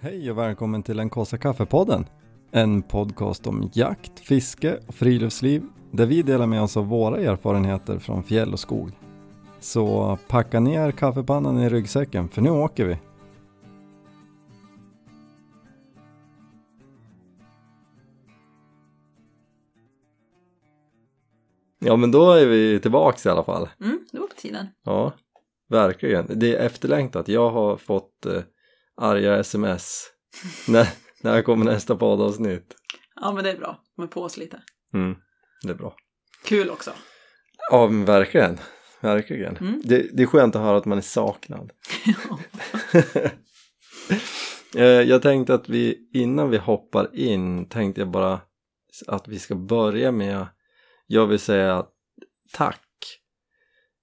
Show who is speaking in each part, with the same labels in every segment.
Speaker 1: Hej och välkommen till den kaffe kaffepodden. En podcast om jakt, fiske och friluftsliv där vi delar med oss av våra erfarenheter från fjäll och skog. Så packa ner kaffepannan i ryggsäcken för nu åker vi. Ja men då är vi tillbaks i alla fall.
Speaker 2: Mm, det var på tiden.
Speaker 1: Ja, verkligen. Det är efterlängtat. Jag har fått eh, arga sms när, när kommer nästa poddavsnitt.
Speaker 2: Ja, men det är bra. De är på oss lite.
Speaker 1: Mm, det är bra.
Speaker 2: Kul också.
Speaker 1: Ja, men verkligen. Verkligen.
Speaker 2: Mm.
Speaker 1: Det, det är skönt att höra att man är saknad.
Speaker 2: Ja.
Speaker 1: Eh, jag tänkte att vi innan vi hoppar in tänkte jag bara att vi ska börja med jag vill säga tack.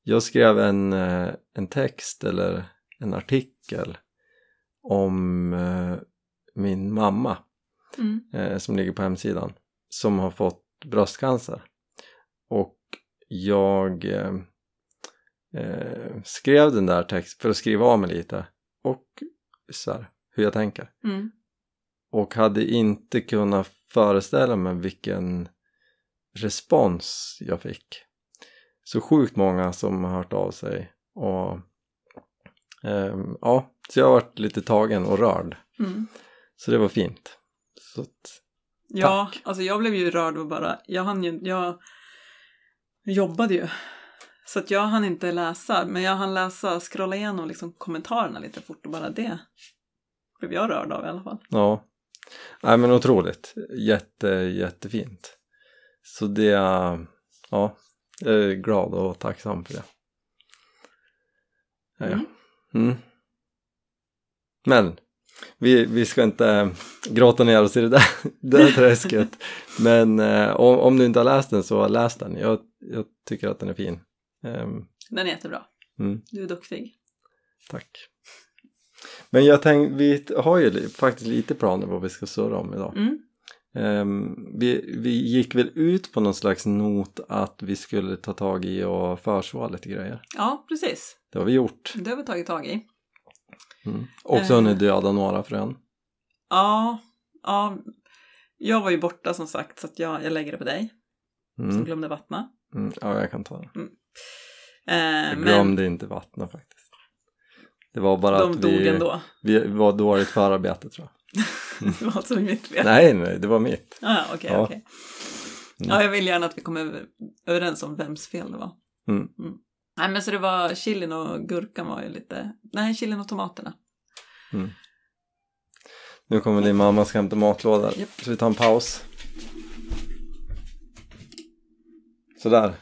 Speaker 1: Jag skrev en, eh, en text eller en artikel om eh, min mamma
Speaker 2: Mm.
Speaker 1: eh, som ligger på hemsidan som har fått bröstcancer och jag eh, eh, skrev den där texten för att skriva av mig lite och så här, hur jag tänker
Speaker 2: Mm.
Speaker 1: och hade inte kunnat föreställa mig vilken respons jag fick så sjukt många som har hört av sig och ehm, ja, så jag har varit lite tagen och rörd
Speaker 2: Mm.
Speaker 1: så det var fint så att,
Speaker 2: Ja, alltså jag blev ju rörd och bara, jag hann ju, jag jobbade ju. Så att jag hann inte läsa, men jag hann läsa, scrolla igenom liksom kommentarerna lite fort och bara det blev jag rörd av i alla fall.
Speaker 1: Ja. Nej men otroligt. Jätte, jättefint. Så det, eh, ja, jag är glad och tacksam för det. Ja, ja.
Speaker 2: Mm.
Speaker 1: Mm. Men, vi, vi ska inte eh, gråta ner oss i det där, det där träsket. Men eh, om, om du inte har läst den så läs den. Jag, jag tycker att den är fin. Ehm,
Speaker 2: Den är jättebra.
Speaker 1: Mm.
Speaker 2: Du är duktig.
Speaker 1: tack. Men jag tänkte, vi har ju li- faktiskt lite planer vad vi ska surra om idag.
Speaker 2: Mm.
Speaker 1: Ehm, vi, vi gick väl ut på någon slags not att vi skulle ta tag i och försvara lite grejer.
Speaker 2: Ja, precis.
Speaker 1: Det har vi gjort.
Speaker 2: Det har vi tagit tag i.
Speaker 1: Mm. Också
Speaker 2: Eh.
Speaker 1: hunnit döda några frön.
Speaker 2: Ja, ja. Jag var ju borta som sagt så att jag, jag lägger det på dig som
Speaker 1: Mm.
Speaker 2: glömde vattna.
Speaker 1: Mm. Ja, jag kan ta den.
Speaker 2: Eh,
Speaker 1: Jag
Speaker 2: men
Speaker 1: glömde inte vattna faktiskt. Det var bara
Speaker 2: de
Speaker 1: att
Speaker 2: dog
Speaker 1: vi,
Speaker 2: ändå.
Speaker 1: vi var dåligt förarbete tror jag.
Speaker 2: Det var alltså mitt fel.
Speaker 1: Nej, nej, det var mitt.
Speaker 2: Ah, ja, okej,
Speaker 1: Ja.
Speaker 2: okej. Ja, jag vill gärna att vi kommer över- överens om vems fel det var.
Speaker 1: Mm.
Speaker 2: Nej, men så det var chilin och gurkan var ju lite... Nej, chilin och tomaterna.
Speaker 1: Nu kommer din mamma ska hämta matlådor.
Speaker 2: Japp.
Speaker 1: Så vi tar en paus. Sådär,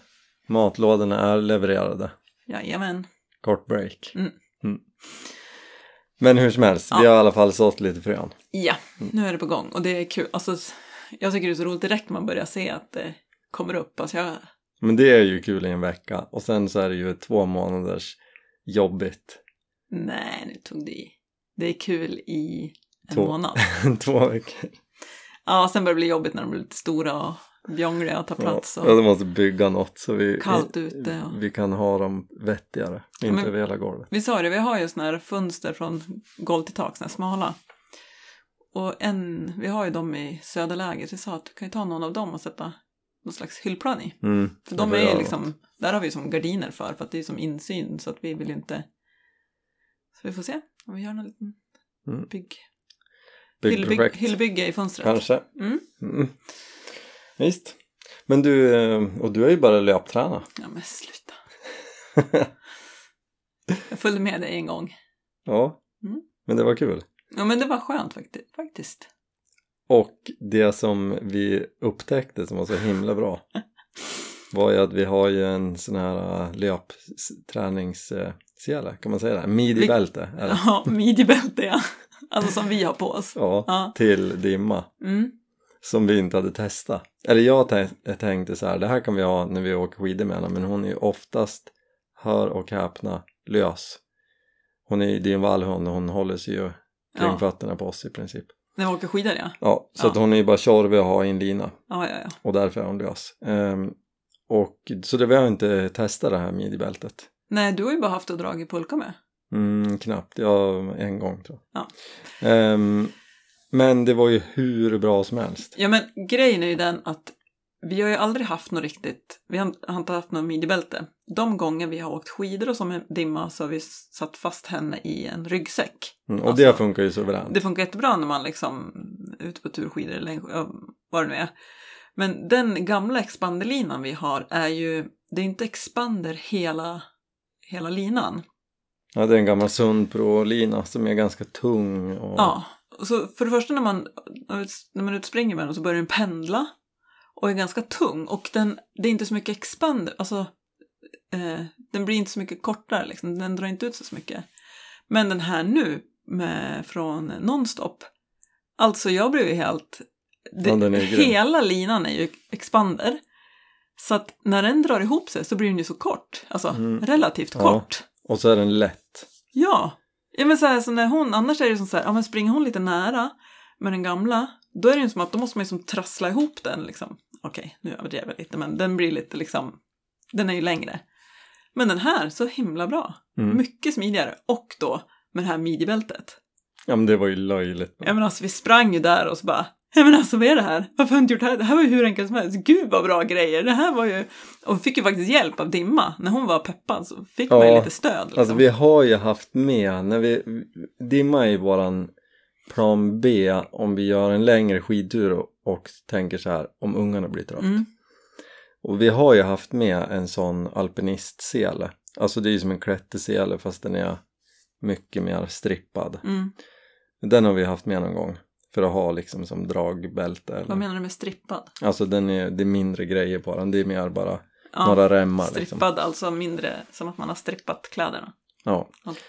Speaker 1: matlådorna är levererade.
Speaker 2: Jajamän.
Speaker 1: kort break.
Speaker 2: Mm.
Speaker 1: Mm. Men hur som helst, vi
Speaker 2: Ja.
Speaker 1: har i alla fall sått lite frön.
Speaker 2: Ja,
Speaker 1: Mm.
Speaker 2: nu är det på gång och det är kul. Alltså, s- jag tycker det är så roligt direkt man börjar se att det kommer upp. Alltså, jag...
Speaker 1: Men det är ju kul i en vecka och sen så är det ju två månaders jobbigt.
Speaker 2: Nej, nu tog det i. Det är kul i en
Speaker 1: Två.
Speaker 2: månad.
Speaker 1: två veckor.
Speaker 2: Ja, sen börjar det bli jobbigt när de blir lite stora och bjongliga och tar plats.
Speaker 1: Ja,
Speaker 2: Och...
Speaker 1: de måste bygga något så vi,
Speaker 2: Kallt
Speaker 1: vi,
Speaker 2: ute och-
Speaker 1: vi kan ha dem vettigare.
Speaker 2: Ja,
Speaker 1: Inte
Speaker 2: men-
Speaker 1: över hela golvet.
Speaker 2: Vi sa det, vi har ju sådana här fönster från golv till tak, sådana här smala. Och en, vi har ju dem i söderläget, vi sa att du kan ju ta någon av dem och sätta någon slags hyllplan i.
Speaker 1: Mm,
Speaker 2: För
Speaker 1: jag
Speaker 2: de
Speaker 1: får
Speaker 2: är ju
Speaker 1: göra
Speaker 2: liksom, där har vi ju som gardiner för, för att det är ju som insyn så att vi vill ju inte... Så vi får se om vi gör någon liten
Speaker 1: Mm.
Speaker 2: bygg...
Speaker 1: något.
Speaker 2: Hyllbygg,
Speaker 1: Byggprojekt.
Speaker 2: hyllbygge i fönstret.
Speaker 1: Kanske.
Speaker 2: Mm.
Speaker 1: Mm. Visst. Men du, eh, och du är ju bara löptränare.
Speaker 2: Ja men sluta. Jag följde med dig en gång.
Speaker 1: Ja.
Speaker 2: Mm.
Speaker 1: Men det var kul.
Speaker 2: Ja men det var skönt fakti- faktiskt.
Speaker 1: Och det som vi upptäckte som var så himla bra var ju att vi har ju en sån här löpträningssele, kan man säga det? Midibälte är det.
Speaker 2: Ja, midjebälte ja. Alltså som vi har på oss.
Speaker 1: Ja,
Speaker 2: Ja.
Speaker 1: till dimma
Speaker 2: Mm.
Speaker 1: som vi inte hade testat. Eller jag tä- jag tänkte så här, det här kan vi ha när vi åker skidor med henne men hon är ju oftast, hör och häpna, lös. Hon är, det är en vallhund och hon håller sig ju kring
Speaker 2: Ja,
Speaker 1: fötterna på oss i princip.
Speaker 2: när vi åker skidor ja.
Speaker 1: Ja, så
Speaker 2: Ja.
Speaker 1: att hon är ju bara tjorvig och har en lina.
Speaker 2: Ja, ja, ja.
Speaker 1: och därför är hon lös. Ehm, och, så det, vi har inte testat det här midibältet.
Speaker 2: Nej, du har ju bara haft att dra i pulka med.
Speaker 1: Mm, knappt, ja en gång tror jag.
Speaker 2: Ja.
Speaker 1: Ehm, men det var ju hur bra som helst.
Speaker 2: Ja men grejen är ju den att vi har ju aldrig haft något riktigt, vi har har inte haft något midjebälte. De gånger vi har åkt skidor och som dimma så har vi satt fast henne i en ryggsäck.
Speaker 1: Mm, och
Speaker 2: Alltså,
Speaker 1: det funkar ju suveränt.
Speaker 2: Det funkar jättebra när man liksom är ute på turskidor eller ja, vad det nu är. Men den gamla expanderlinan vi har är ju, det är inte expander hela, hela linan.
Speaker 1: Ja, det är en gammal Sundpro-lina som är ganska tung. Och...
Speaker 2: Ja, och så för det första när man, när man utspringer med den så börjar den pendla och är ganska tung och den, det är inte så mycket expander, alltså eh, den blir inte så mycket kortare liksom, den drar inte ut så mycket. Men den här nu med, från Nonstop, alltså jag blev ju helt, det,
Speaker 1: Ja, den är grym.
Speaker 2: hela linan är ju expander. Så att när den drar ihop sig så blir den ju så kort, alltså
Speaker 1: Mm.
Speaker 2: relativt
Speaker 1: Ja.
Speaker 2: kort.
Speaker 1: och så är den lätt.
Speaker 2: Ja, ja men så här, så när hon, annars är det som så här, ja men springer hon lite nära med den gamla, då är det ju som att då måste man ju som trassla ihop den liksom. Okej, nu överdrev jag lite men den blir lite liksom, den är ju längre. Men den här, så himla bra.
Speaker 1: Mm.
Speaker 2: Mycket smidigare och då med det här midjebältet.
Speaker 1: Ja, men det var ju löjligt.
Speaker 2: Ja men alltså vi sprang ju där och så bara, ja men alltså vad är det här? Varför har jag inte gjort det här? Det här var ju hur enkelt som helst. Gud vad bra grejer, det här var ju... Och vi fick ju faktiskt hjälp av Dimma, när hon var peppad så fick man ju
Speaker 1: Ja,
Speaker 2: lite stöd liksom.
Speaker 1: Alltså vi har ju haft med, när vi, dimma är ju våran plan B om vi gör en längre skidtur och, och tänker så här om ungarna blir trötta.
Speaker 2: Mm.
Speaker 1: Och vi har ju haft med en sån alpinistsele. Alltså det är ju som en klättersele fast den är mycket mer strippad.
Speaker 2: Mm.
Speaker 1: Den har vi haft med någon gång för att ha liksom som dragbälte. Eller.
Speaker 2: Vad menar du med strippad?
Speaker 1: Alltså den är, det är mindre grejer på den, det är mer bara
Speaker 2: Ja,
Speaker 1: några remmar. Liksom.
Speaker 2: strippad alltså mindre, som att man har strippat kläderna.
Speaker 1: Ja.
Speaker 2: Okej.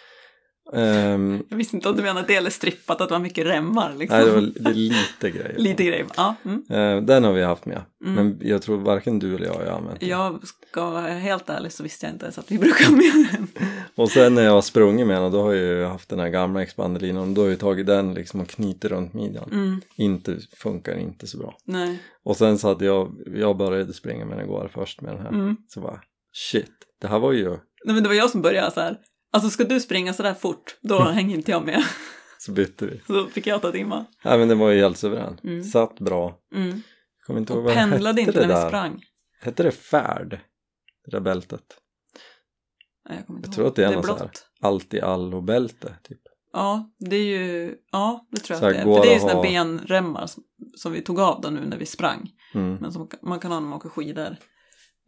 Speaker 1: Ehm,
Speaker 2: Jag visste inte om du menade att det eller strippat, att det var mycket remmar liksom.
Speaker 1: nej, det, var, det är lite grejer.
Speaker 2: Lite grejer. Ja, mm.
Speaker 1: Eh, Den har vi haft med.
Speaker 2: Mm.
Speaker 1: Men jag tror varken du eller jag har använt den.
Speaker 2: Jag ska vara helt ärlig så visste jag inte ens att vi brukar ha med den.
Speaker 1: Och sen när jag har sprungit med den, då har jag ju haft den här gamla expanderlinan och då har jag tagit den liksom och knutit runt midjan.
Speaker 2: Mm,
Speaker 1: Inte, funkar inte så bra.
Speaker 2: nej.
Speaker 1: Och sen så hade jag, jag började springa med den igår först med den här.
Speaker 2: Mm.
Speaker 1: Så bara, shit, det här var ju,
Speaker 2: nej, men det var jag som började så här. Alltså ska du springa så där fort, då
Speaker 1: Mm.
Speaker 2: hänger inte jag med.
Speaker 1: så bytte vi.
Speaker 2: Så fick jag ta dimma.
Speaker 1: Nej men den var ju helt suverän.
Speaker 2: Mm.
Speaker 1: Satt bra.
Speaker 2: Mm.
Speaker 1: Kommer inte ihåg
Speaker 2: Och
Speaker 1: vad
Speaker 2: pendlade
Speaker 1: hette
Speaker 2: inte
Speaker 1: det
Speaker 2: när vi
Speaker 1: där.
Speaker 2: sprang.
Speaker 1: Hette det färd? Det där bältet.
Speaker 2: Nej, jag kommer inte
Speaker 1: Jag tror
Speaker 2: ihåg.
Speaker 1: att det är något så här.
Speaker 2: blått.
Speaker 1: Allt i allo-bälte typ.
Speaker 2: Ja, det är ju, ja det tror
Speaker 1: Så
Speaker 2: jag
Speaker 1: här
Speaker 2: att det är.
Speaker 1: går
Speaker 2: För det är ju
Speaker 1: att
Speaker 2: såna
Speaker 1: ha-
Speaker 2: benremmar som, som vi tog av då nu när vi sprang.
Speaker 1: Mm.
Speaker 2: Men som man kan ha när man åker skidor.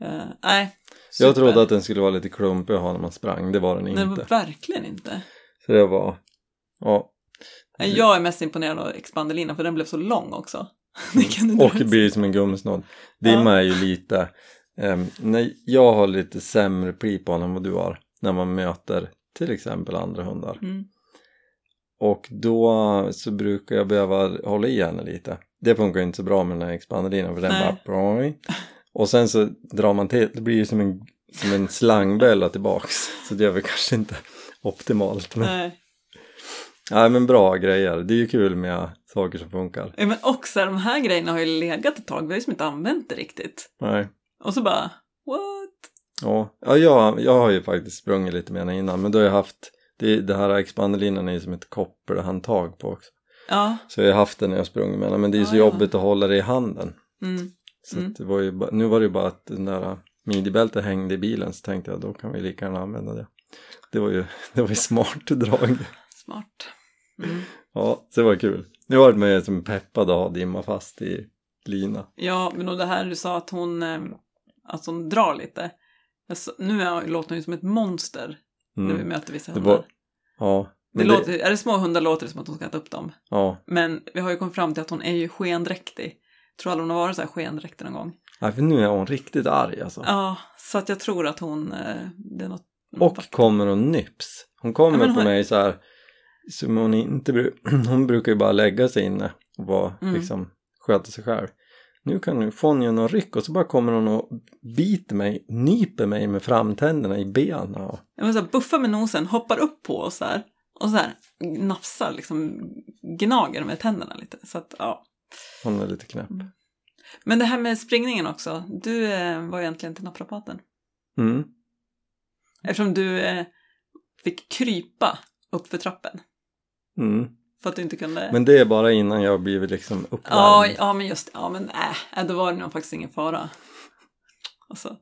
Speaker 2: Eh, nej.
Speaker 1: Jag
Speaker 2: super.
Speaker 1: trodde att den skulle vara lite klumpig att ha när man sprang, det var den inte.
Speaker 2: Nej, men verkligen inte.
Speaker 1: Så det var, ja. Mm.
Speaker 2: Nej, Jag är mest imponerad av expanderlinan för den blev så lång också. Det kan du inte
Speaker 1: Och
Speaker 2: ens-
Speaker 1: blir som en gummisnodd. Dimma är ju lite, ehm, nej, jag har lite sämre pli på honom än vad du har när man möter till exempel andra hundar.
Speaker 2: Mm.
Speaker 1: Och då så brukar jag behöva hålla i henne lite. Det funkar ju inte så bra med den här expanderlinan för den
Speaker 2: Nej.
Speaker 1: bara boing. Och sen så drar man till, det blir ju som en, som en slangbölla tillbaks. Så det är väl kanske inte optimalt. Men...
Speaker 2: Nej.
Speaker 1: Nej men bra grejer, det är ju kul med saker som funkar.
Speaker 2: Ja, Men också de här grejerna har ju legat ett tag, vi har ju som inte använt det riktigt.
Speaker 1: Nej.
Speaker 2: Och så bara, what?
Speaker 1: Ja, ja jag, jag har ju faktiskt sprungit lite med den innan men då har jag haft, det, det här expanderlinan är ju som ett koppelhandtag på också.
Speaker 2: Ja,
Speaker 1: Så jag har haft den när jag sprungit med den men det är ju så
Speaker 2: Ah, ja.
Speaker 1: jobbigt att hålla det i handen.
Speaker 2: mm.
Speaker 1: Så
Speaker 2: Mm.
Speaker 1: att det var ju, ba- nu var det ju bara att den där midjebältet hängde i bilen så tänkte jag då kan vi lika gärna använda det. Det var ju, det var ju smart drag.
Speaker 2: smart. Mm.
Speaker 1: Ja, så det var kul. Nu var man ju som peppad att ha dimma fast i lina.
Speaker 2: Ja, men och det här du sa att hon, eh, att hon drar lite. Jag sa- Nu är- låter hon ju som ett monster när vi
Speaker 1: Mm.
Speaker 2: möter vissa
Speaker 1: Det
Speaker 2: hundar.
Speaker 1: var, ja.
Speaker 2: det
Speaker 1: men
Speaker 2: låter, är det små hundar låter det som att hon ska äta upp dem.
Speaker 1: Ja,
Speaker 2: Men vi har ju kommit fram till att hon är ju skendräktig. Tror aldrig hon har varit så här skendräktig någon gång.
Speaker 1: Nej, för nu är hon riktigt arg alltså.
Speaker 2: Ja, så att jag tror att hon... eh, Det är något,
Speaker 1: Och kommer och nyps. Hon kommer
Speaker 2: Ja, men
Speaker 1: på
Speaker 2: hon-
Speaker 1: mig så här. Som hon, inte, bru- hon brukar ju bara lägga sig inne och bara
Speaker 2: Mm.
Speaker 1: liksom sköta sig själv. Nu kan nu få hon ju någon ryck och så bara kommer hon och biter mig, nyper mig med framtänderna i benen. Och,
Speaker 2: Jag menar så här, buffar med nosen, hoppar upp på oss så här. Och så här nafsar, liksom gnager med tänderna lite. Så att, ja.
Speaker 1: hon är lite knäpp.
Speaker 2: Men det här med springningen också. Du eh, var ju äntligen till naprapaten.
Speaker 1: Mm.
Speaker 2: Eftersom du eh, fick krypa upp för trappen.
Speaker 1: Mm.
Speaker 2: För att du inte kunde...
Speaker 1: Men det är bara innan jag har blivit liksom uppvärmd.
Speaker 2: ja, ja, men just Ja, men äh, då var det nog faktiskt ingen fara. Alltså,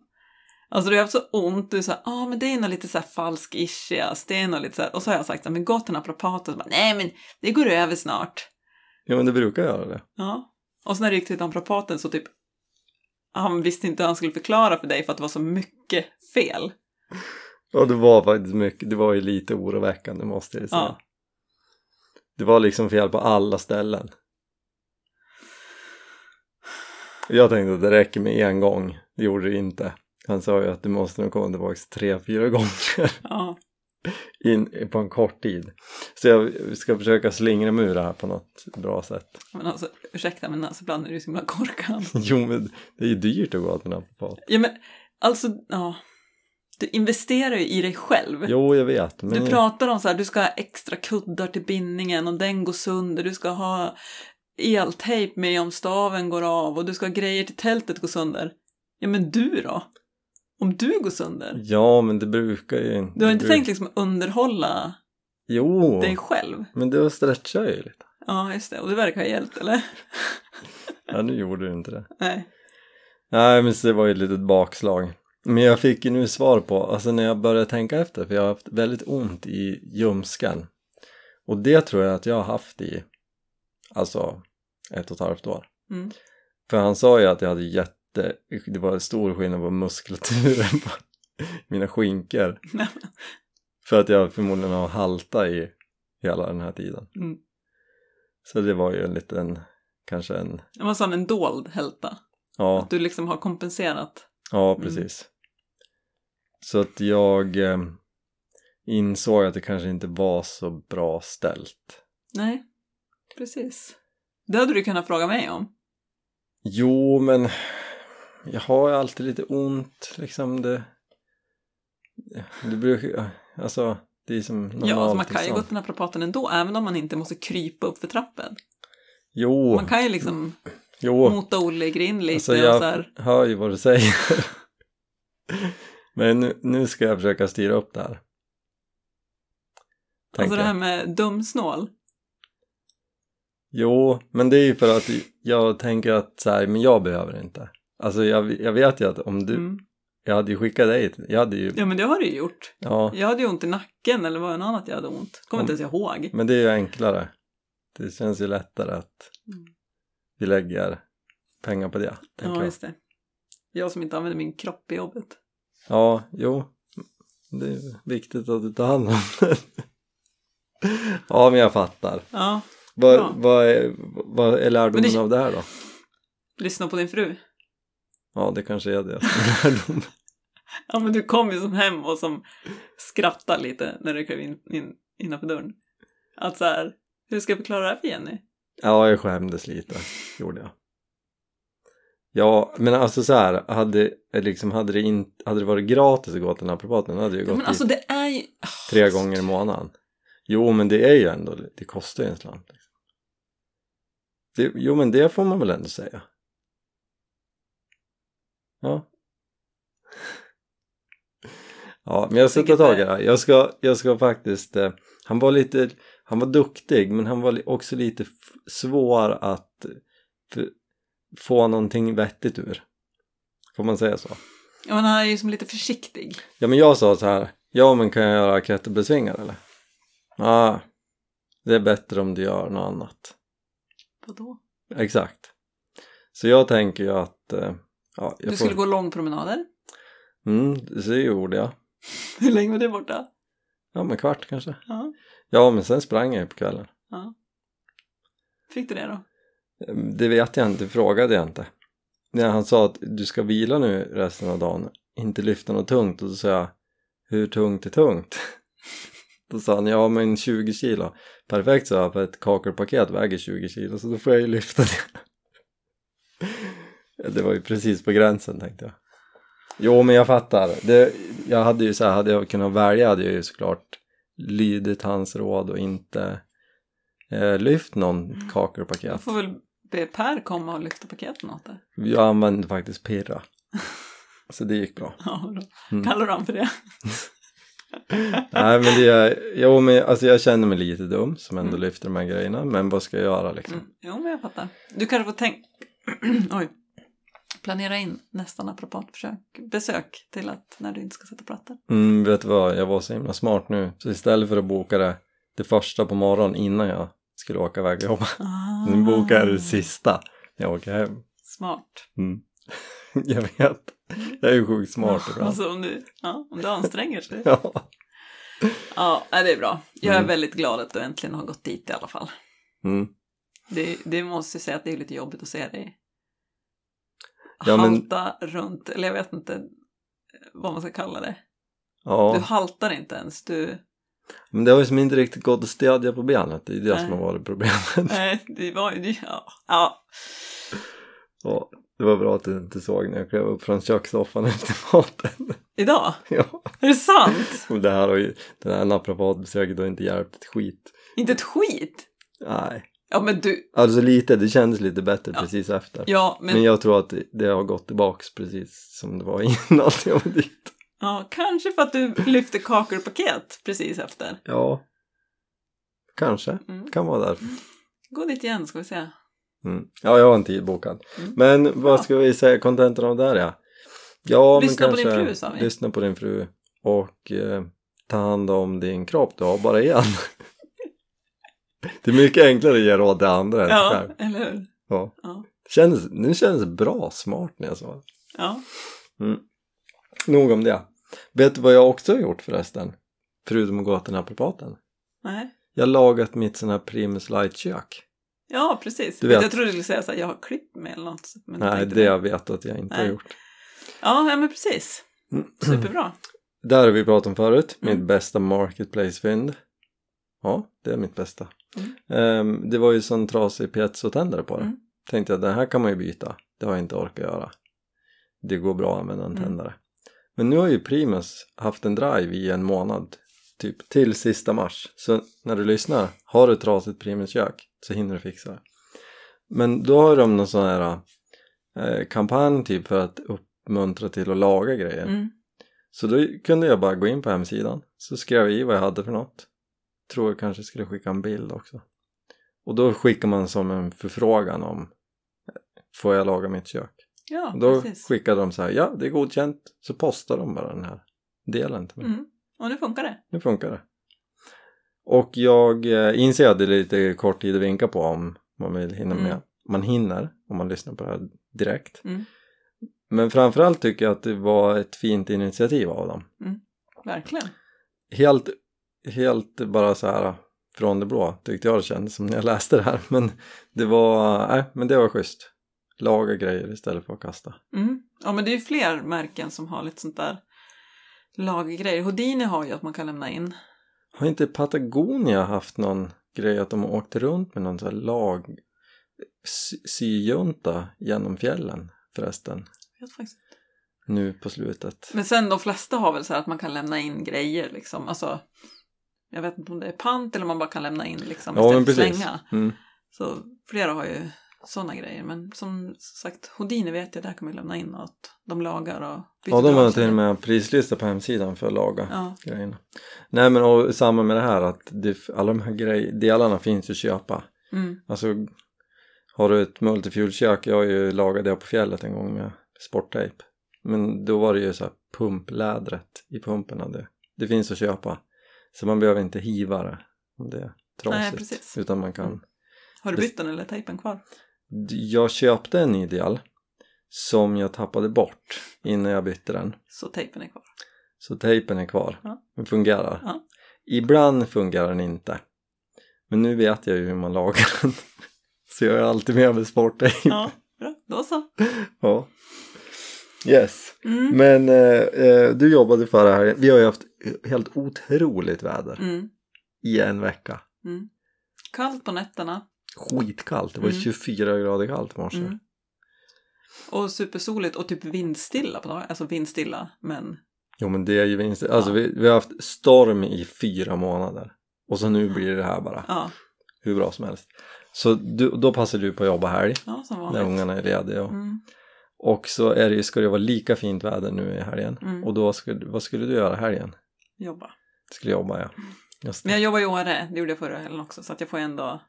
Speaker 2: alltså du har haft så ont. Du är så här, ja, men det är nog lite så här falsk ischias. Det är nog lite så här... Och så har jag sagt så här, men gå till naprapaten. Och bara, Nej, men det går över snart.
Speaker 1: Ja, men det brukar göra det.
Speaker 2: Ja. Och sen när du gick till naprapaten så typ... Han visste inte hur han skulle förklara för dig för att det var så mycket fel.
Speaker 1: Ja, det var faktiskt mycket. Det var ju lite oroväckande måste jag säga.
Speaker 2: Ja.
Speaker 1: Det var liksom fel på alla ställen. Jag tänkte att det räcker med en gång. Det gjorde det inte. Han sa ju att du måste nog komma tillbaka tre, fyra gånger
Speaker 2: Ja.
Speaker 1: in, på en kort tid. Så jag ska försöka slingra mig ur det här på något bra sätt.
Speaker 2: Men alltså, ursäkta, men alltså ibland är du så himla korkad.
Speaker 1: Jo, men det är ju dyrt att gå till en naprapat.
Speaker 2: Ja, men alltså, ja. Du investerar ju i dig själv.
Speaker 1: Jo, jag vet. Men
Speaker 2: Du pratar om så här, du ska ha extra kuddar till bindningen om den går sönder, du ska ha eltejp med om staven går av och du ska ha grejer till tältet går sönder. Ja, men du då? Om du går sönder?
Speaker 1: Ja, men det brukar ju inte...
Speaker 2: Du har inte
Speaker 1: det
Speaker 2: tänkt
Speaker 1: bruk-
Speaker 2: liksom underhålla
Speaker 1: Jo,
Speaker 2: dig själv?
Speaker 1: men du stretchar ju lite.
Speaker 2: Ja, just det. Och det verkar ha hjälpt, eller?
Speaker 1: Ja, nu gjorde du inte det.
Speaker 2: Nej.
Speaker 1: Nej, men så det var ju ett litet bakslag. Men jag fick ju nu svar på, alltså när jag började tänka efter, för jag har haft väldigt ont i ljumsken. Och det tror jag att jag har haft i, alltså ett och ett halvt år.
Speaker 2: Mm.
Speaker 1: För han sa ju att jag hade jätte, det var stor skillnad på muskulaturen på mina skinkor.
Speaker 2: Nej,
Speaker 1: För att jag förmodligen har halta i hela den här tiden.
Speaker 2: Mm.
Speaker 1: Så det var ju en liten, kanske en,
Speaker 2: Det var sån en dold hälta.
Speaker 1: ja.
Speaker 2: Att du liksom har kompenserat.
Speaker 1: Ja,
Speaker 2: Mm.
Speaker 1: precis. Så att jag eh, insåg att det kanske inte var så bra ställt.
Speaker 2: Nej, precis. Det hade du kunnat fråga mig om.
Speaker 1: Jo, men jag har ju alltid lite ont liksom. Det, det brukar, alltså det är som normalt.
Speaker 2: Ja, alltså man kan ju gå
Speaker 1: liksom.
Speaker 2: till naprapaten ändå, även om man inte måste krypa upp för trappen.
Speaker 1: Jo,
Speaker 2: Man kan ju liksom
Speaker 1: jo.
Speaker 2: mota Olle i grind lite
Speaker 1: Alltså
Speaker 2: och så
Speaker 1: jag
Speaker 2: här.
Speaker 1: hör ju vad du säger. men nu, nu ska jag försöka styra upp det här.
Speaker 2: Alltså
Speaker 1: tänker
Speaker 2: det
Speaker 1: jag.
Speaker 2: här med dumsnål.
Speaker 1: Jo, men det är ju för att jag tänker att så här, men jag behöver det inte. Alltså jag, jag vet ju att om du,
Speaker 2: Mm.
Speaker 1: jag hade ju skickat dig, till- jag hade ju,
Speaker 2: Ja, men det har du ju gjort.
Speaker 1: ja,
Speaker 2: Jag hade ju ont i nacken eller vad annat jag hade ont. Kommer inte ens ihåg.
Speaker 1: men det är ju enklare. Det känns ju lättare att
Speaker 2: Mm.
Speaker 1: vi lägger pengar på det, tänker
Speaker 2: Ja,
Speaker 1: jag.
Speaker 2: just det. Jag som inte använder min kropp i jobbet.
Speaker 1: Ja, jo, det är viktigt att du tar hand om det. Ja, men jag fattar.
Speaker 2: Ja,
Speaker 1: Vad,
Speaker 2: Ja.
Speaker 1: vad, är, vad är lärdomen
Speaker 2: Men det-
Speaker 1: av det här då?
Speaker 2: lyssna på din fru.
Speaker 1: Ja, det kanske är det som är lärdomen.
Speaker 2: Ja, men du kom ju som hem och som skrattar lite när du klev in, in innanför dörren. Att så här, hur ska jag förklara det här för Jenny?
Speaker 1: Ja, jag skämdes lite, gjorde jag. Ja, men alltså så här, hade, liksom, hade, det, in, hade det varit gratis att gå till naprapaten hade jag
Speaker 2: Ja,
Speaker 1: gått
Speaker 2: men alltså
Speaker 1: dit
Speaker 2: det är ju...
Speaker 1: tre gånger i månaden. Jo, men det är ju ändå, det kostar ju en slant. Liksom. Det, jo, men det får man väl ändå säga. Ja. Ja, men jag ska ta
Speaker 2: Vilket
Speaker 1: tag i
Speaker 2: är-
Speaker 1: det här. Jag ska, jag ska faktiskt, eh, han var lite, han var duktig men han var li- också lite f- svår att f- få någonting vettigt ur. Får man säga så?
Speaker 2: Ja, men han är ju som lite försiktig.
Speaker 1: Ja men jag sa så här, ja men kan jag göra kettlebellsvingar eller? Ja, ah, det är bättre om du gör något annat.
Speaker 2: Vadå?
Speaker 1: Exakt. Så jag tänker ju att, eh, ja, jag
Speaker 2: Du skulle gå långpromenader.
Speaker 1: Mm, så det gjorde jag.
Speaker 2: Hur länge var du borta?
Speaker 1: Ja men kvart kanske.
Speaker 2: Ja.
Speaker 1: Ja men sen sprang jag ju på kvällen.
Speaker 2: Fick du det då?
Speaker 1: Eh, Det vet jag inte, det frågade jag inte. När han sa att du ska vila nu resten av dagen, inte lyfta något tungt. Och då sa jag, hur tungt är tungt? Då sa han, ja men 20 kilo. Perfekt sa jag, för ett kakelpaket väger 20 kilo så då får jag ju lyfta det. Det var ju precis på gränsen tänkte jag. Jo men jag fattar. Det, jag hade ju så här, hade jag kunnat välja hade jag ju såklart lydit hans råd och inte eh, lyft någon kakelpaket.
Speaker 2: Jag får väl be Per komma och lyfta paketen åt dig.
Speaker 1: Jag använde faktiskt pirra. Så det gick bra.
Speaker 2: Ja, då
Speaker 1: Mm.
Speaker 2: kallar du han för det.
Speaker 1: Nej men det är, jo men alltså jag känner mig lite dum som ändå lyfter de här grejerna men vad ska jag göra liksom?
Speaker 2: Mm. Jo, men jag fattar. Du kanske får tänka... Oj. Planera in nästa naprapatförsök, besök till att när du inte ska sätta plattor.
Speaker 1: Mm, vet du vad, jag var så himla smart nu så istället för att boka det, det första på morgonen innan jag skulle åka iväg och jobba, nu bokar jag det sista när jag åker hem.
Speaker 2: Ah. Smart.
Speaker 1: Mm. jag vet, jag är ju sjukt smart ibland.
Speaker 2: Alltså om du, ja, om du anstränger dig.
Speaker 1: Ja.
Speaker 2: Ja, nej, det är bra. Jag är
Speaker 1: Mm.
Speaker 2: väldigt glad att du äntligen har gått dit i alla fall.
Speaker 1: Mm.
Speaker 2: Det, det måste jag säga att det är lite jobbigt att se dig
Speaker 1: Ja, men-
Speaker 2: halta runt, eller jag vet inte vad man ska kalla det.
Speaker 1: ja.
Speaker 2: Du haltar inte ens, du...
Speaker 1: Men det har ju som inte riktigt gått att stödja på benet, det är det som
Speaker 2: Nej.
Speaker 1: har varit problemet.
Speaker 2: Nej, det var ju... Ja. ja.
Speaker 1: Ja, det var bra att du inte såg när jag klev upp från kökssoffan efter maten.
Speaker 2: Idag?
Speaker 1: ja,
Speaker 2: Är det sant?
Speaker 1: och det här har ju, den här naprapatbesöket har inte hjälpt ett skit.
Speaker 2: inte ett skit?
Speaker 1: Nej,
Speaker 2: Ja, men du...
Speaker 1: alltså lite, det kändes lite bättre
Speaker 2: Ja.
Speaker 1: precis efter.
Speaker 2: Ja, men...
Speaker 1: Men... jag tror att det, det har gått tillbaks precis som det var innan jag var dit.
Speaker 2: Ja, kanske för att du lyfte kakor och paket precis efter.
Speaker 1: Ja, kanske.
Speaker 2: Mm.
Speaker 1: Kan vara därför.
Speaker 2: Gå dit igen ska vi se.
Speaker 1: Mm. Ja, jag har en tid bokad.
Speaker 2: Mm.
Speaker 1: Men vad
Speaker 2: Bra.
Speaker 1: ska vi säga kontentan av det här ja? Ja,
Speaker 2: Lyssna
Speaker 1: men
Speaker 2: på din
Speaker 1: kanske
Speaker 2: fru, sa vi.
Speaker 1: lyssna på din fru och eh, ta hand om din kropp du har bara en. det är mycket enklare att ge råd till andra än sig
Speaker 2: Ja,
Speaker 1: själv.
Speaker 2: eller hur?
Speaker 1: Ja.
Speaker 2: Ja.
Speaker 1: Kändes, nu kändes det bra smart när jag sa det.
Speaker 2: Ja.
Speaker 1: Nog om det. Vet du vad jag också har gjort förresten? Förutom att gå till naprapaten.
Speaker 2: Nej.
Speaker 1: Jag har lagat mitt sån här Primus Light-kök.
Speaker 2: Ja, precis.
Speaker 1: Du vet.
Speaker 2: Jag trodde du skulle säga så här, jag har klippt mig eller något. Men jag
Speaker 1: Nej,
Speaker 2: tänkte-
Speaker 1: det jag vet att jag inte har
Speaker 2: Nej.
Speaker 1: gjort.
Speaker 2: Ja, ja, men precis.
Speaker 1: Mm.
Speaker 2: Superbra.
Speaker 1: Där har vi pratat om förut,
Speaker 2: Mm.
Speaker 1: mitt bästa marketplace-fynd. Ja, det är mitt bästa.
Speaker 2: Mm.
Speaker 1: Ehm, det var ju sån trasig piezotändare på det.
Speaker 2: Mm.
Speaker 1: Tänkte jag, den här kan man ju byta. Det har jag inte orkat göra. Det går bra att använda en
Speaker 2: Mm.
Speaker 1: tändare. Men nu har ju Primus haft en drive i en månad, typ till sista mars. Så när du lyssnar, har du trasigt Primus-kök så hinner du fixa det. Men då har de någon sån här eh, kampanj typ för att uppmuntra till att laga grejer.
Speaker 2: Mm.
Speaker 1: Så då kunde jag bara gå in på hemsidan så skrev jag i vad jag hade för något. Tror jag kanske skulle skicka en bild också. Och då skickar man som en förfrågan om eh, får jag laga mitt kök?
Speaker 2: Ja,
Speaker 1: Och då
Speaker 2: precis.
Speaker 1: skickade de så här, ja det är godkänt. Så postar de bara den här delen till mig.
Speaker 2: Mm. Och nu funkar det.
Speaker 1: Nu funkar det. Och jag eh, inser att det är lite kort tid att vinka på om man vill hinna med.
Speaker 2: Mm.
Speaker 1: Man hinner om man lyssnar på det här direkt.
Speaker 2: Mm.
Speaker 1: Men framförallt tycker jag att det var ett fint initiativ av dem.
Speaker 2: Verkligen.
Speaker 1: helt, helt bara så här från det blå tyckte jag det kändes som när jag läste det här men det var, nej men det var schysst laga grejer istället för att kasta
Speaker 2: Mm. Ja, men det är ju fler märken som har lite sånt där lagergrejer. Houdini har ju att man kan lämna in.
Speaker 1: har inte Patagonia haft någon grej att de åkte runt med någon sån här lag sy- syjunta genom fjällen förresten
Speaker 2: Jag vet faktiskt
Speaker 1: nu på slutet
Speaker 2: Men sen de flesta har väl så här att man kan lämna in grejer liksom. Alltså, jag vet inte om det är pant eller om man bara kan lämna in liksom
Speaker 1: ja men
Speaker 2: istället för att
Speaker 1: precis
Speaker 2: slänga.
Speaker 1: mm.
Speaker 2: Så flera har ju sådana grejer. Men som sagt, Houdini vet jag, där kan man ju lämna in något. De lagar och byter
Speaker 1: ja de har
Speaker 2: glas.
Speaker 1: till och med en prislista på hemsidan för att laga
Speaker 2: Ja,
Speaker 1: grejerna. Nej men och samma med det här att det, alla de här grej, delarna finns ju att köpa
Speaker 2: mm,
Speaker 1: Alltså, har du ett multifuelkök, jag har ju lagat det på fjället en gång med sporttejp. Men då var det ju så här pumplädret i pumpen hade. Det finns att köpa. Så man behöver inte hiva det om det är
Speaker 2: Nej,
Speaker 1: trasigt.
Speaker 2: precis.
Speaker 1: utan man kan...
Speaker 2: Mm. Har du bytt den eller är tejpen kvar?
Speaker 1: D- Jag köpte en ideal som jag tappade bort innan jag bytte den.
Speaker 2: Så tejpen är kvar.
Speaker 1: Så tejpen är kvar.
Speaker 2: Ja.
Speaker 1: Den fungerar.
Speaker 2: Ja.
Speaker 1: Ibland fungerar den inte. Men nu vet jag ju hur man lagar den. Så jag är alltid med med sporttejp.
Speaker 2: Ja, bra. Då så.
Speaker 1: Ja. Yes.
Speaker 2: Mm.
Speaker 1: Men eh, eh, du jobbade förra helgen. Vi har ju haft helt otroligt väder
Speaker 2: Mm,
Speaker 1: i en vecka.
Speaker 2: mm. Kallt på nätterna.
Speaker 1: Skitkallt. Det var
Speaker 2: Mm.
Speaker 1: 24 grader kallt i morse.
Speaker 2: Mm. Och supersoligt och typ vindstilla på dagen. Alltså vindstilla, men
Speaker 1: Jo men det är ju vinst. Alltså
Speaker 2: Ja.
Speaker 1: vi, vi har haft storm i fyra månader. Och så nu blir det här bara
Speaker 2: ja,
Speaker 1: hur bra som helst. Så du, då passar du på att jobba helg
Speaker 2: ja som
Speaker 1: när
Speaker 2: vanligt.
Speaker 1: ungarna är lediga. Och,
Speaker 2: Mm,
Speaker 1: och så är det ju, ska det vara lika fint väder nu i helgen.
Speaker 2: Mm.
Speaker 1: Och då, ska, vad skulle du göra helgen?
Speaker 2: jobba.
Speaker 1: skulle jobba ja. Just
Speaker 2: Mm. Men
Speaker 1: det.
Speaker 2: jag jobbar i Åre, det gjorde jag förra helgen också, så att jag får en dag.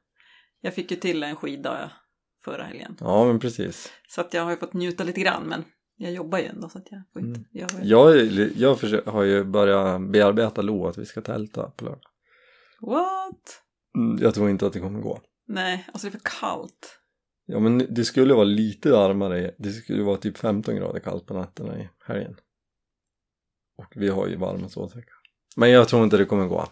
Speaker 2: Jag fick ju till en skiddag förra helgen.
Speaker 1: Ja men precis.
Speaker 2: Så att jag har ju fått njuta lite grann, men jag jobbar ju ändå så att jag får inte...
Speaker 1: Mm.
Speaker 2: Jag har ju...
Speaker 1: Jag, är li- jag försö- har ju börjat bearbeta Lo att vi ska tälta på lördag.
Speaker 2: What?
Speaker 1: Mm, Jag tror inte att det kommer gå.
Speaker 2: Nej, alltså det är för kallt.
Speaker 1: Ja men det skulle vara lite varmare, det skulle vara typ 15 grader kallt på nätterna i helgen. Och vi har ju varma sovsäckar. Men jag tror inte det kommer gå.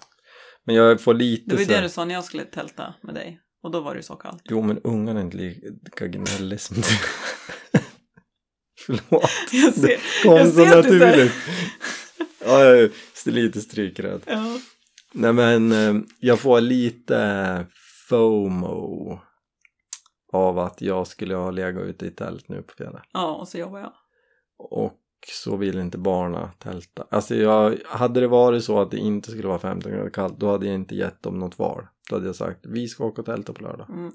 Speaker 1: Men jag får lite
Speaker 2: Det var ju
Speaker 1: så här-
Speaker 2: det du sa när jag skulle tälta med dig. Och då var det ju så kallt.
Speaker 1: Jo men ungarna är inte lika gnällig som du. Förlåt. Det
Speaker 2: Jag ser.
Speaker 1: kom
Speaker 2: jag
Speaker 1: så
Speaker 2: ser att du säger-
Speaker 1: naturligt. Ja, jag är lite strykrädd.
Speaker 2: Ja.
Speaker 1: Nej men eh, jag får lite FOMO av att jag skulle ha legat ute i tält nu på fredag.
Speaker 2: ja, och så jobbar jag.
Speaker 1: Och så vill inte barna tälta. Alltså jag, hade det varit så att det inte skulle vara 15 grader kallt då hade jag inte gett dem något val. Då hade jag sagt vi ska åka och tälta på lördag.
Speaker 2: Mm.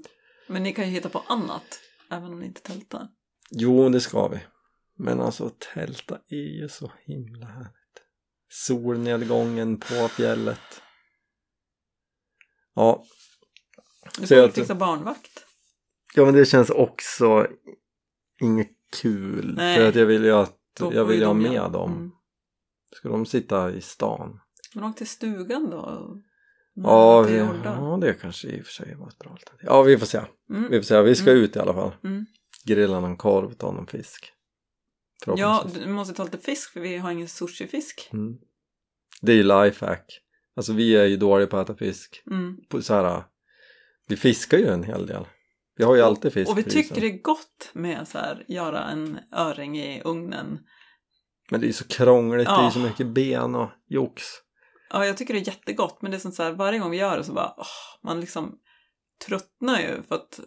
Speaker 2: Men ni kan ju hitta på annat, även om ni inte tältar.
Speaker 1: Jo, det ska vi. Men alltså tälta är ju så himla härligt. Solnedgången på fjället. Ja,
Speaker 2: Du
Speaker 1: Så
Speaker 2: får
Speaker 1: jag
Speaker 2: väl fixa barnvakt.
Speaker 1: ja men det känns också inget kul.
Speaker 2: Nej.
Speaker 1: För att jag vill ju att
Speaker 2: Då
Speaker 1: jag
Speaker 2: får ju
Speaker 1: vill ju ha
Speaker 2: de
Speaker 1: med
Speaker 2: göra-
Speaker 1: dem.
Speaker 2: Mm.
Speaker 1: Ska de sitta i stan?
Speaker 2: Men åk till stugan då. och-
Speaker 1: Ja,
Speaker 2: till
Speaker 1: vi,
Speaker 2: Jordan.
Speaker 1: ja, det kanske i och för sig var ett bra alternativ. Ja, vi får se.
Speaker 2: Mm.
Speaker 1: Vi får se. Vi ska
Speaker 2: Mm.
Speaker 1: ut i alla fall.
Speaker 2: Mm.
Speaker 1: Grilla någon korv, ta någon fisk.
Speaker 2: Ja,
Speaker 1: Förhoppningsvis.
Speaker 2: du måste ta lite fisk för vi har ingen sushifisk.
Speaker 1: Mm. Det är ju lifehack. Alltså vi är ju dåliga på att äta fisk.
Speaker 2: Mm.
Speaker 1: På så här, vi fiskar ju en hel del. Vi har ju alltid fisk
Speaker 2: Och vi
Speaker 1: i frysen.
Speaker 2: tycker det är gott med att göra en öring i ugnen.
Speaker 1: Men det är ju så krångligt, det är ju så
Speaker 2: Ja.
Speaker 1: mycket ben och jox.
Speaker 2: Ja, jag tycker det är jättegott men det är som så här, varje gång vi gör det så bara, åh, man liksom tröttnar ju för att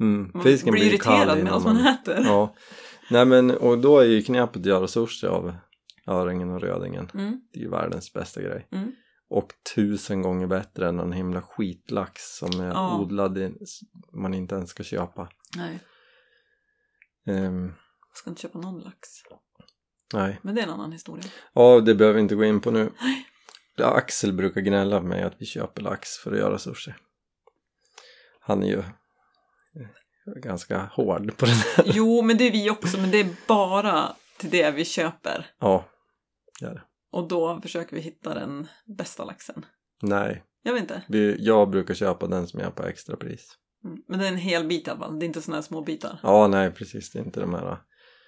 Speaker 1: Mm.
Speaker 2: man
Speaker 1: Fisken
Speaker 2: blir
Speaker 1: blir ju kall
Speaker 2: irriterad
Speaker 1: innan
Speaker 2: medan
Speaker 1: man...
Speaker 2: man äter.
Speaker 1: Ja. Nej men, och då är ju knepet att göra sushi av öringen och rödingen.
Speaker 2: Mm,
Speaker 1: Det är ju världens bästa grej.
Speaker 2: mm.
Speaker 1: Och tusen gånger bättre än någon himla skitlax som är
Speaker 2: Ja.
Speaker 1: odlad, i, man inte ens ska köpa.
Speaker 2: Nej,
Speaker 1: Ehm,
Speaker 2: jag ska inte köpa någon lax.
Speaker 1: nej.
Speaker 2: Men det är en annan historia.
Speaker 1: Ja, det behöver vi inte gå in på nu. Axel brukar gnälla på mig att vi köper lax för att göra sushi. Han är ju eh, ganska hård på det där.
Speaker 2: Jo, men det är vi också, men det är bara till det vi köper.
Speaker 1: Ja,
Speaker 2: Och då försöker vi hitta den bästa laxen.
Speaker 1: nej.
Speaker 2: Jag vet inte.
Speaker 1: Vi, jag brukar köpa den som är på extrapris.
Speaker 2: Mm. Men det är en hel bit i alla fall. Det är inte såna här små bitar.
Speaker 1: Ja, nej precis. Det är inte de här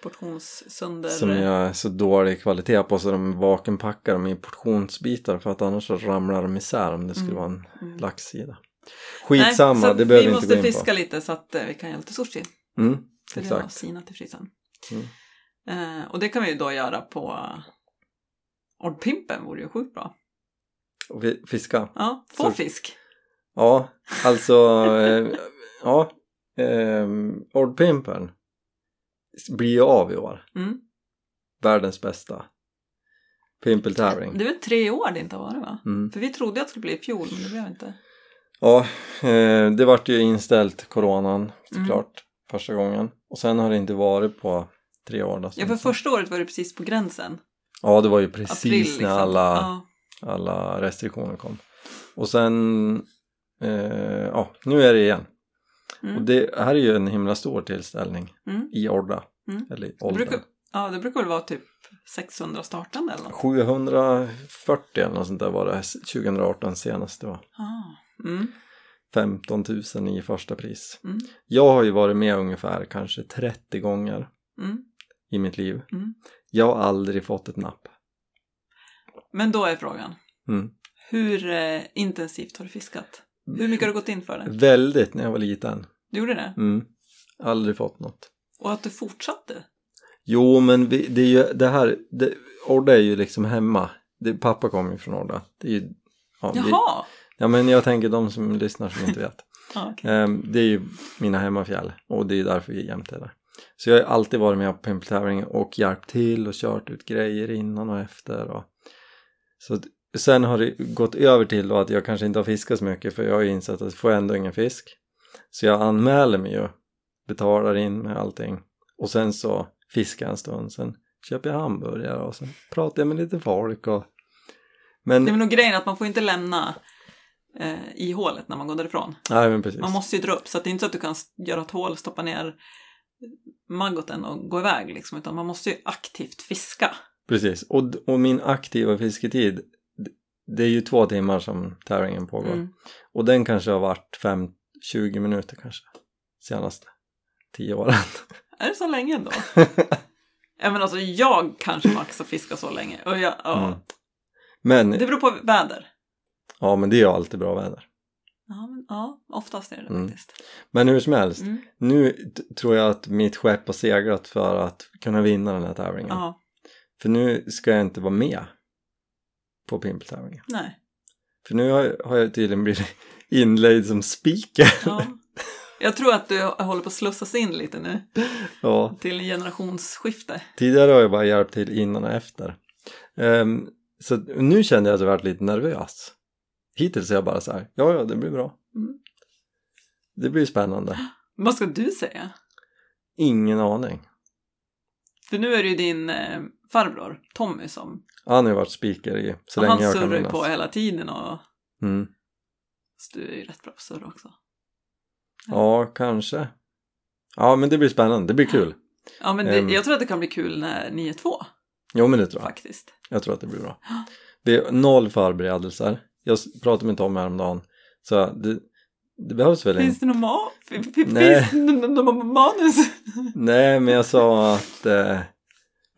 Speaker 2: Portionssönder.
Speaker 1: som är så dålig kvalitet på så de vakuumpackar dem i portionsbitar för att annars så ramlar de isär om det skulle
Speaker 2: Mm.
Speaker 1: vara en
Speaker 2: Mm.
Speaker 1: laxsida.
Speaker 2: Nej, så
Speaker 1: Skitsamma,
Speaker 2: att
Speaker 1: det behöver vi
Speaker 2: vi
Speaker 1: inte gå in
Speaker 2: måste
Speaker 1: på.
Speaker 2: fiska lite så att eh, vi kan göra lite sushi.
Speaker 1: Mm,
Speaker 2: För det har
Speaker 1: exakt.
Speaker 2: sinat i frysen.
Speaker 1: Mm.
Speaker 2: Eh, och det kan vi ju då göra på Ordpimpen vore ju sjukt bra.
Speaker 1: Och vi- fiska.
Speaker 2: Ja, få
Speaker 1: Så-
Speaker 2: fisk.
Speaker 1: Ja, alltså, eh, ja, eh, Ordpimpen blir ju av i år.
Speaker 2: Mm.
Speaker 1: Världens bästa pimpeltävling.
Speaker 2: Det är väl tre år det inte har varit va?
Speaker 1: Mm.
Speaker 2: För vi trodde att det skulle bli i fjol men det blev inte.
Speaker 1: Ja, eh, det vart ju inställt, coronan
Speaker 2: Mm.
Speaker 1: såklart, första gången. Och sen har det inte varit på tre år
Speaker 2: Ja,
Speaker 1: nästan.
Speaker 2: för första året var det precis på gränsen.
Speaker 1: Ja, det var ju precis
Speaker 2: April liksom.
Speaker 1: när alla,
Speaker 2: Ja.
Speaker 1: alla restriktioner kom. Och sen, eh, ja, nu är det igen.
Speaker 2: Mm.
Speaker 1: Och det här är ju en himla stor tillställning
Speaker 2: Mm.
Speaker 1: i Orda.
Speaker 2: Mm.
Speaker 1: Eller i
Speaker 2: Det
Speaker 1: Olda.
Speaker 2: brukar, ja, det brukar väl vara typ 600 startande eller något.
Speaker 1: 740 eller något sånt där var det 2018 senast det var.
Speaker 2: Ah. Mm.
Speaker 1: 15 000 i första pris.
Speaker 2: Mm.
Speaker 1: Jag har ju varit med ungefär kanske 30 gånger
Speaker 2: Mm.
Speaker 1: i mitt liv.
Speaker 2: Mm.
Speaker 1: Jag har aldrig fått ett napp.
Speaker 2: Men då är frågan,
Speaker 1: Mm.
Speaker 2: hur eh, intensivt har du fiskat? Hur mycket har du gått in för det?
Speaker 1: Väldigt när jag var liten.
Speaker 2: Du gjorde det?
Speaker 1: Mm. Aldrig fått något.
Speaker 2: Och att du fortsatte?
Speaker 1: Jo men vi, det är ju det här, det, Orda är ju liksom hemma. Det, pappa kommer ju från Orda. Det är ju, ja, vi,
Speaker 2: Jaha!
Speaker 1: ja men jag tänker de som lyssnar som inte vet.
Speaker 2: Ja, okej.
Speaker 1: Ehm, Det är ju mina hemmafjäll och det är därför vi är jämt där. Så jag har alltid varit med på pimpeltävling och hjälpt till och kört ut grejer innan och efter. Och... Så att, sen har det gått över till då att jag kanske inte har fiskat så mycket för jag har ju insett att får jag ändå ingen fisk. Så jag anmäler mig ju, betalar in med allting och sen så fiskar jag en stund, sen köper jag hamburgare och sen pratar jag med lite folk och Men,
Speaker 2: Det är väl nog grejen att man får inte lämna eh, i hålet när man går därifrån.
Speaker 1: nej men precis.
Speaker 2: Man måste ju dra upp så att det är inte så att du kan s- göra ett hål, stoppa ner maggoten och gå iväg liksom, utan man måste ju aktivt fiska.
Speaker 1: Precis. Och, och min aktiva fisketid, d- det är ju två timmar som tävlingen pågår.
Speaker 2: Mm.
Speaker 1: Och den kanske har varit fem, 20 minuter kanske. Senaste tio åren.
Speaker 2: Är det så länge ändå? ja, men alltså jag kanske max har fiskat så länge. Och jag, ja.
Speaker 1: Mm. Men,
Speaker 2: Det beror på väder.
Speaker 1: ja men det är ju alltid bra väder.
Speaker 2: Ja, men, ja oftast är det det
Speaker 1: Mm.
Speaker 2: faktiskt.
Speaker 1: Men hur som helst,
Speaker 2: Mm.
Speaker 1: nu t- tror jag att mitt skepp har segrat för att kunna vinna den här tävlingen.
Speaker 2: Ja,
Speaker 1: För nu ska jag inte vara med på pimpeltävlingen.
Speaker 2: nej.
Speaker 1: För nu har jag, har jag tydligen blivit inlejd som speaker.
Speaker 2: Ja. Jag tror att du håller på att slussas in lite nu
Speaker 1: Ja.
Speaker 2: till generationsskifte.
Speaker 1: Tidigare har jag bara hjälpt till innan och efter. Ehm, så att nu känner jag att jag varit lite nervös. Hittills är jag bara så här, ja, ja, det blir bra.
Speaker 2: Mm.
Speaker 1: Det blir spännande.
Speaker 2: Vad ska du säga?
Speaker 1: Ingen aning.
Speaker 2: För nu är det ju din eh, farbror Tommy som
Speaker 1: Han har ju varit speaker i så
Speaker 2: och han
Speaker 1: länge jag kan
Speaker 2: surrar ju
Speaker 1: minnas.
Speaker 2: på hela tiden och
Speaker 1: Mm.
Speaker 2: så du är ju rätt bra på att surra också.
Speaker 1: Ja, kanske. Ja, men det blir spännande. Det blir kul.
Speaker 2: Ja men det,
Speaker 1: Ehm.
Speaker 2: jag tror att det kan bli kul när ni är två
Speaker 1: Jo, men det tror jag.
Speaker 2: faktiskt.
Speaker 1: Jag tror att det blir bra. Det är noll förberedelser. Jag s- pratade med Tom häromdagen. Så det, det behövs väl inte.
Speaker 2: Finns det något ma- f- f- finns
Speaker 1: Nej.
Speaker 2: det något ma- manus?
Speaker 1: Nej, men jag sa att eh,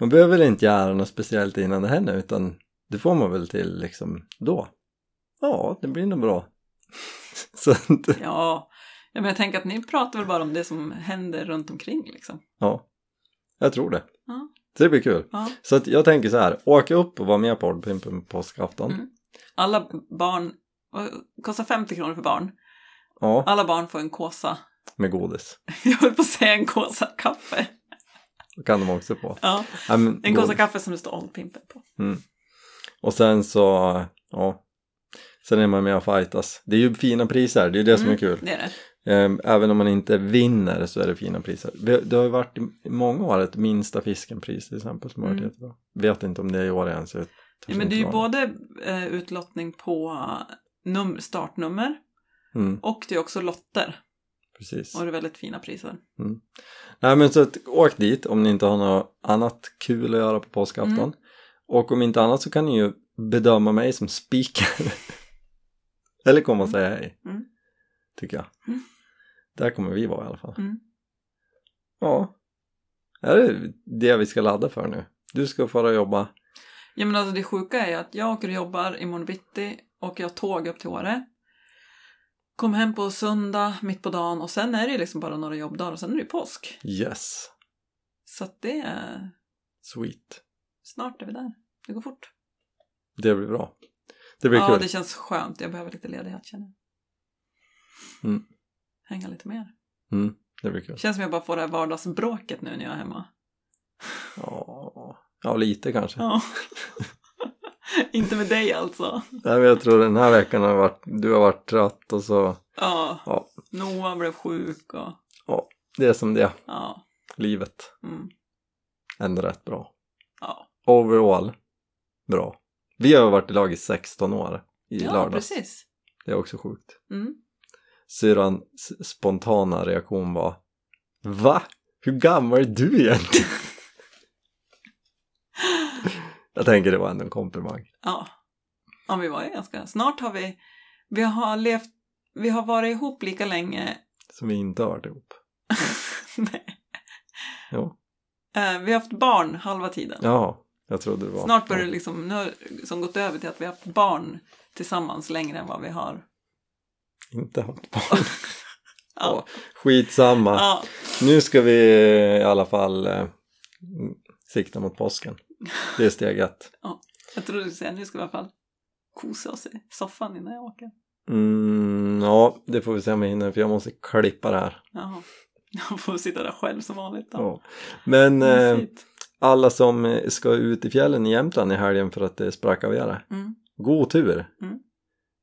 Speaker 1: man behöver väl inte göra något speciellt innan det händer utan det får man väl till liksom då. Ja, det blir nog bra. Så att,
Speaker 2: Ja. ja, men jag tänker att ni pratar väl bara om det som händer runt omkring liksom.
Speaker 1: ja, jag tror det.
Speaker 2: Ja.
Speaker 1: Så det blir kul.
Speaker 2: Ja.
Speaker 1: Så att jag tänker så här, åka upp och vara med på Ordpimpen på påskafton.
Speaker 2: Mm. Alla barn, vad- kostar 50 kronor för barn.
Speaker 1: Ja,
Speaker 2: Alla barn får en kåsa.
Speaker 1: med godis.
Speaker 2: Jag höll på att säga en kåsa kaffe.
Speaker 1: Då kan de också få.
Speaker 2: Ja,
Speaker 1: Ja, men
Speaker 2: en kåsa
Speaker 1: godis.
Speaker 2: kaffe som det står ångpimpen på.
Speaker 1: Och sen så, ja, sen är man med och fightas. Det är ju fina priser, det är ju det som är
Speaker 2: Mm,
Speaker 1: kul.
Speaker 2: Det är det.
Speaker 1: Ehm, Även om man inte vinner så är det fina priser. Vi- Det har ju varit i i många år ett minsta fiskenpris till exempel som har varit
Speaker 2: Mm.
Speaker 1: jättebra. Vet inte om det är i år ens. Ja,
Speaker 2: Ja, men det är ju både eh, utlottning på num- startnummer
Speaker 1: Mm,
Speaker 2: och det är också lotter.
Speaker 1: precis.
Speaker 2: Och det är väldigt fina priser.
Speaker 1: Nej men så att, åk dit om ni inte har något annat kul att göra på påskafton.
Speaker 2: Mm.
Speaker 1: Och om inte annat så kan ni ju bedöma mig som speaker. Eller komma och säga hej.
Speaker 2: Mm.
Speaker 1: Tycker jag.
Speaker 2: Mm.
Speaker 1: Där kommer vi vara i alla fall.
Speaker 2: Mm.
Speaker 1: Ja. Det här är det vi ska ladda för nu. Du ska fara och jobba.
Speaker 2: Ja, men alltså det sjuka är ju att jag åker och jobbar imorgon bitti och jag har tåg upp till Åre. Kom hem på söndag, mitt på dagen och sen är det ju liksom bara några jobbdagar och sen är det ju påsk.
Speaker 1: Yes.
Speaker 2: Så att det är...
Speaker 1: Sweet.
Speaker 2: Snart är vi där. Det går fort.
Speaker 1: Det blir bra. Det blir
Speaker 2: Ja,
Speaker 1: kul.
Speaker 2: det känns skönt. Jag behöver lite ledighet känner jag.
Speaker 1: Mm.
Speaker 2: Hänga lite mer.
Speaker 1: Det blir kul.
Speaker 2: Känns som jag bara får det här vardagsbråket nu när jag är hemma.
Speaker 1: Ja, ja lite kanske.
Speaker 2: Ja. Inte med dig alltså.
Speaker 1: Nej, men jag tror den här veckan har varit, du har varit trött och så.
Speaker 2: Ja.
Speaker 1: Ja.
Speaker 2: Noah blev sjuk och
Speaker 1: Det är som det är.
Speaker 2: ja.
Speaker 1: Livet.
Speaker 2: Mm.
Speaker 1: Ändå rätt bra.
Speaker 2: Ja.
Speaker 1: Overall. Bra. Vi har varit i lag i 16 år. I
Speaker 2: ja,
Speaker 1: lördags.
Speaker 2: precis.
Speaker 1: Det är också sjukt.
Speaker 2: Mm.
Speaker 1: Syrrans spontana reaktion var. Va? Hur gammal är du egentligen? jag tänker det var ändå en komplimang.
Speaker 2: Ja. Ja, vi var ju ganska... Snart har vi... Vi har levt... Vi har varit ihop lika länge.
Speaker 1: Som vi inte har varit ihop.
Speaker 2: Nej.
Speaker 1: Jo.
Speaker 2: Eh, Vi har haft barn halva tiden.
Speaker 1: Ja, jag trodde det var.
Speaker 2: Snart börjar det liksom, nu har som gått över till att vi har haft barn tillsammans längre än vad vi har.
Speaker 1: Inte haft barn.
Speaker 2: Ja.
Speaker 1: Skitsamma.
Speaker 2: ja.
Speaker 1: Nu ska vi eh, i alla fall eh, m- sikta mot påsken. Det är steg ett.
Speaker 2: Jag trodde du skulle säga nu ska vi i alla fall kosa oss i soffan innan jag åker.
Speaker 1: Mm, ja, det får vi se om vi hinner för jag måste klippa det här.
Speaker 2: Jaha. Jag får sitta där själv som vanligt då.
Speaker 1: Ja. Men eh,
Speaker 2: Mysigt.
Speaker 1: alla som eh, ska ut i fjällen i Jämtland i helgen för att eh, det sprack av er.
Speaker 2: Mm.
Speaker 1: God tur!
Speaker 2: Mm.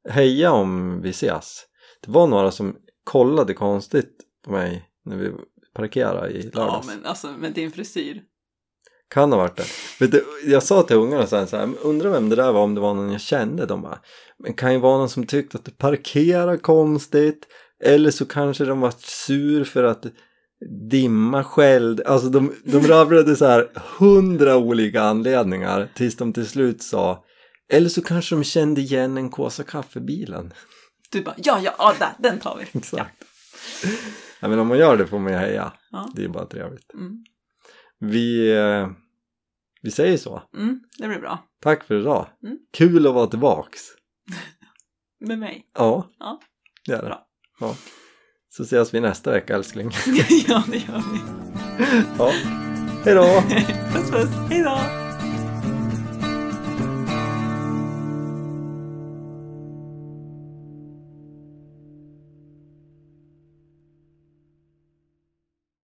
Speaker 1: Heja om vi ses! Det var några som kollade konstigt på mig när vi parkerade i
Speaker 2: Ja
Speaker 1: lördags.
Speaker 2: men alltså med din frisyr.
Speaker 1: Kan ha varit det. Vet du, jag sa till ungarna sen så här, "Men undrar vem det där var om det var någon jag kände. De bara, men kan ju vara någon som tyckte att du parkerar konstigt. Eller så kanske de var sur för att dimma skällde. Alltså de, de rabblade så här hundra olika anledningar tills de till slut sa eller så kanske de kände igen en Kåsa kaffebilen.
Speaker 2: Du bara, ja, ja, ja, där, den tar vi.
Speaker 1: Exakt. Ja. Men om man gör det får man ju heja.
Speaker 2: Ja.
Speaker 1: Det är bara trevligt.
Speaker 2: Mm.
Speaker 1: Vi, eh, vi säger så.
Speaker 2: Mm, det blir bra.
Speaker 1: Tack för idag.
Speaker 2: Mm.
Speaker 1: Kul att vara tillbaks.
Speaker 2: Med mig.
Speaker 1: Ja,
Speaker 2: Ja.
Speaker 1: det är det.
Speaker 2: Bra.
Speaker 1: Ja. Så ses vi nästa vecka älskling.
Speaker 2: ja, det gör vi.
Speaker 1: Ja. Hej då!
Speaker 2: Puss, puss. Hej då.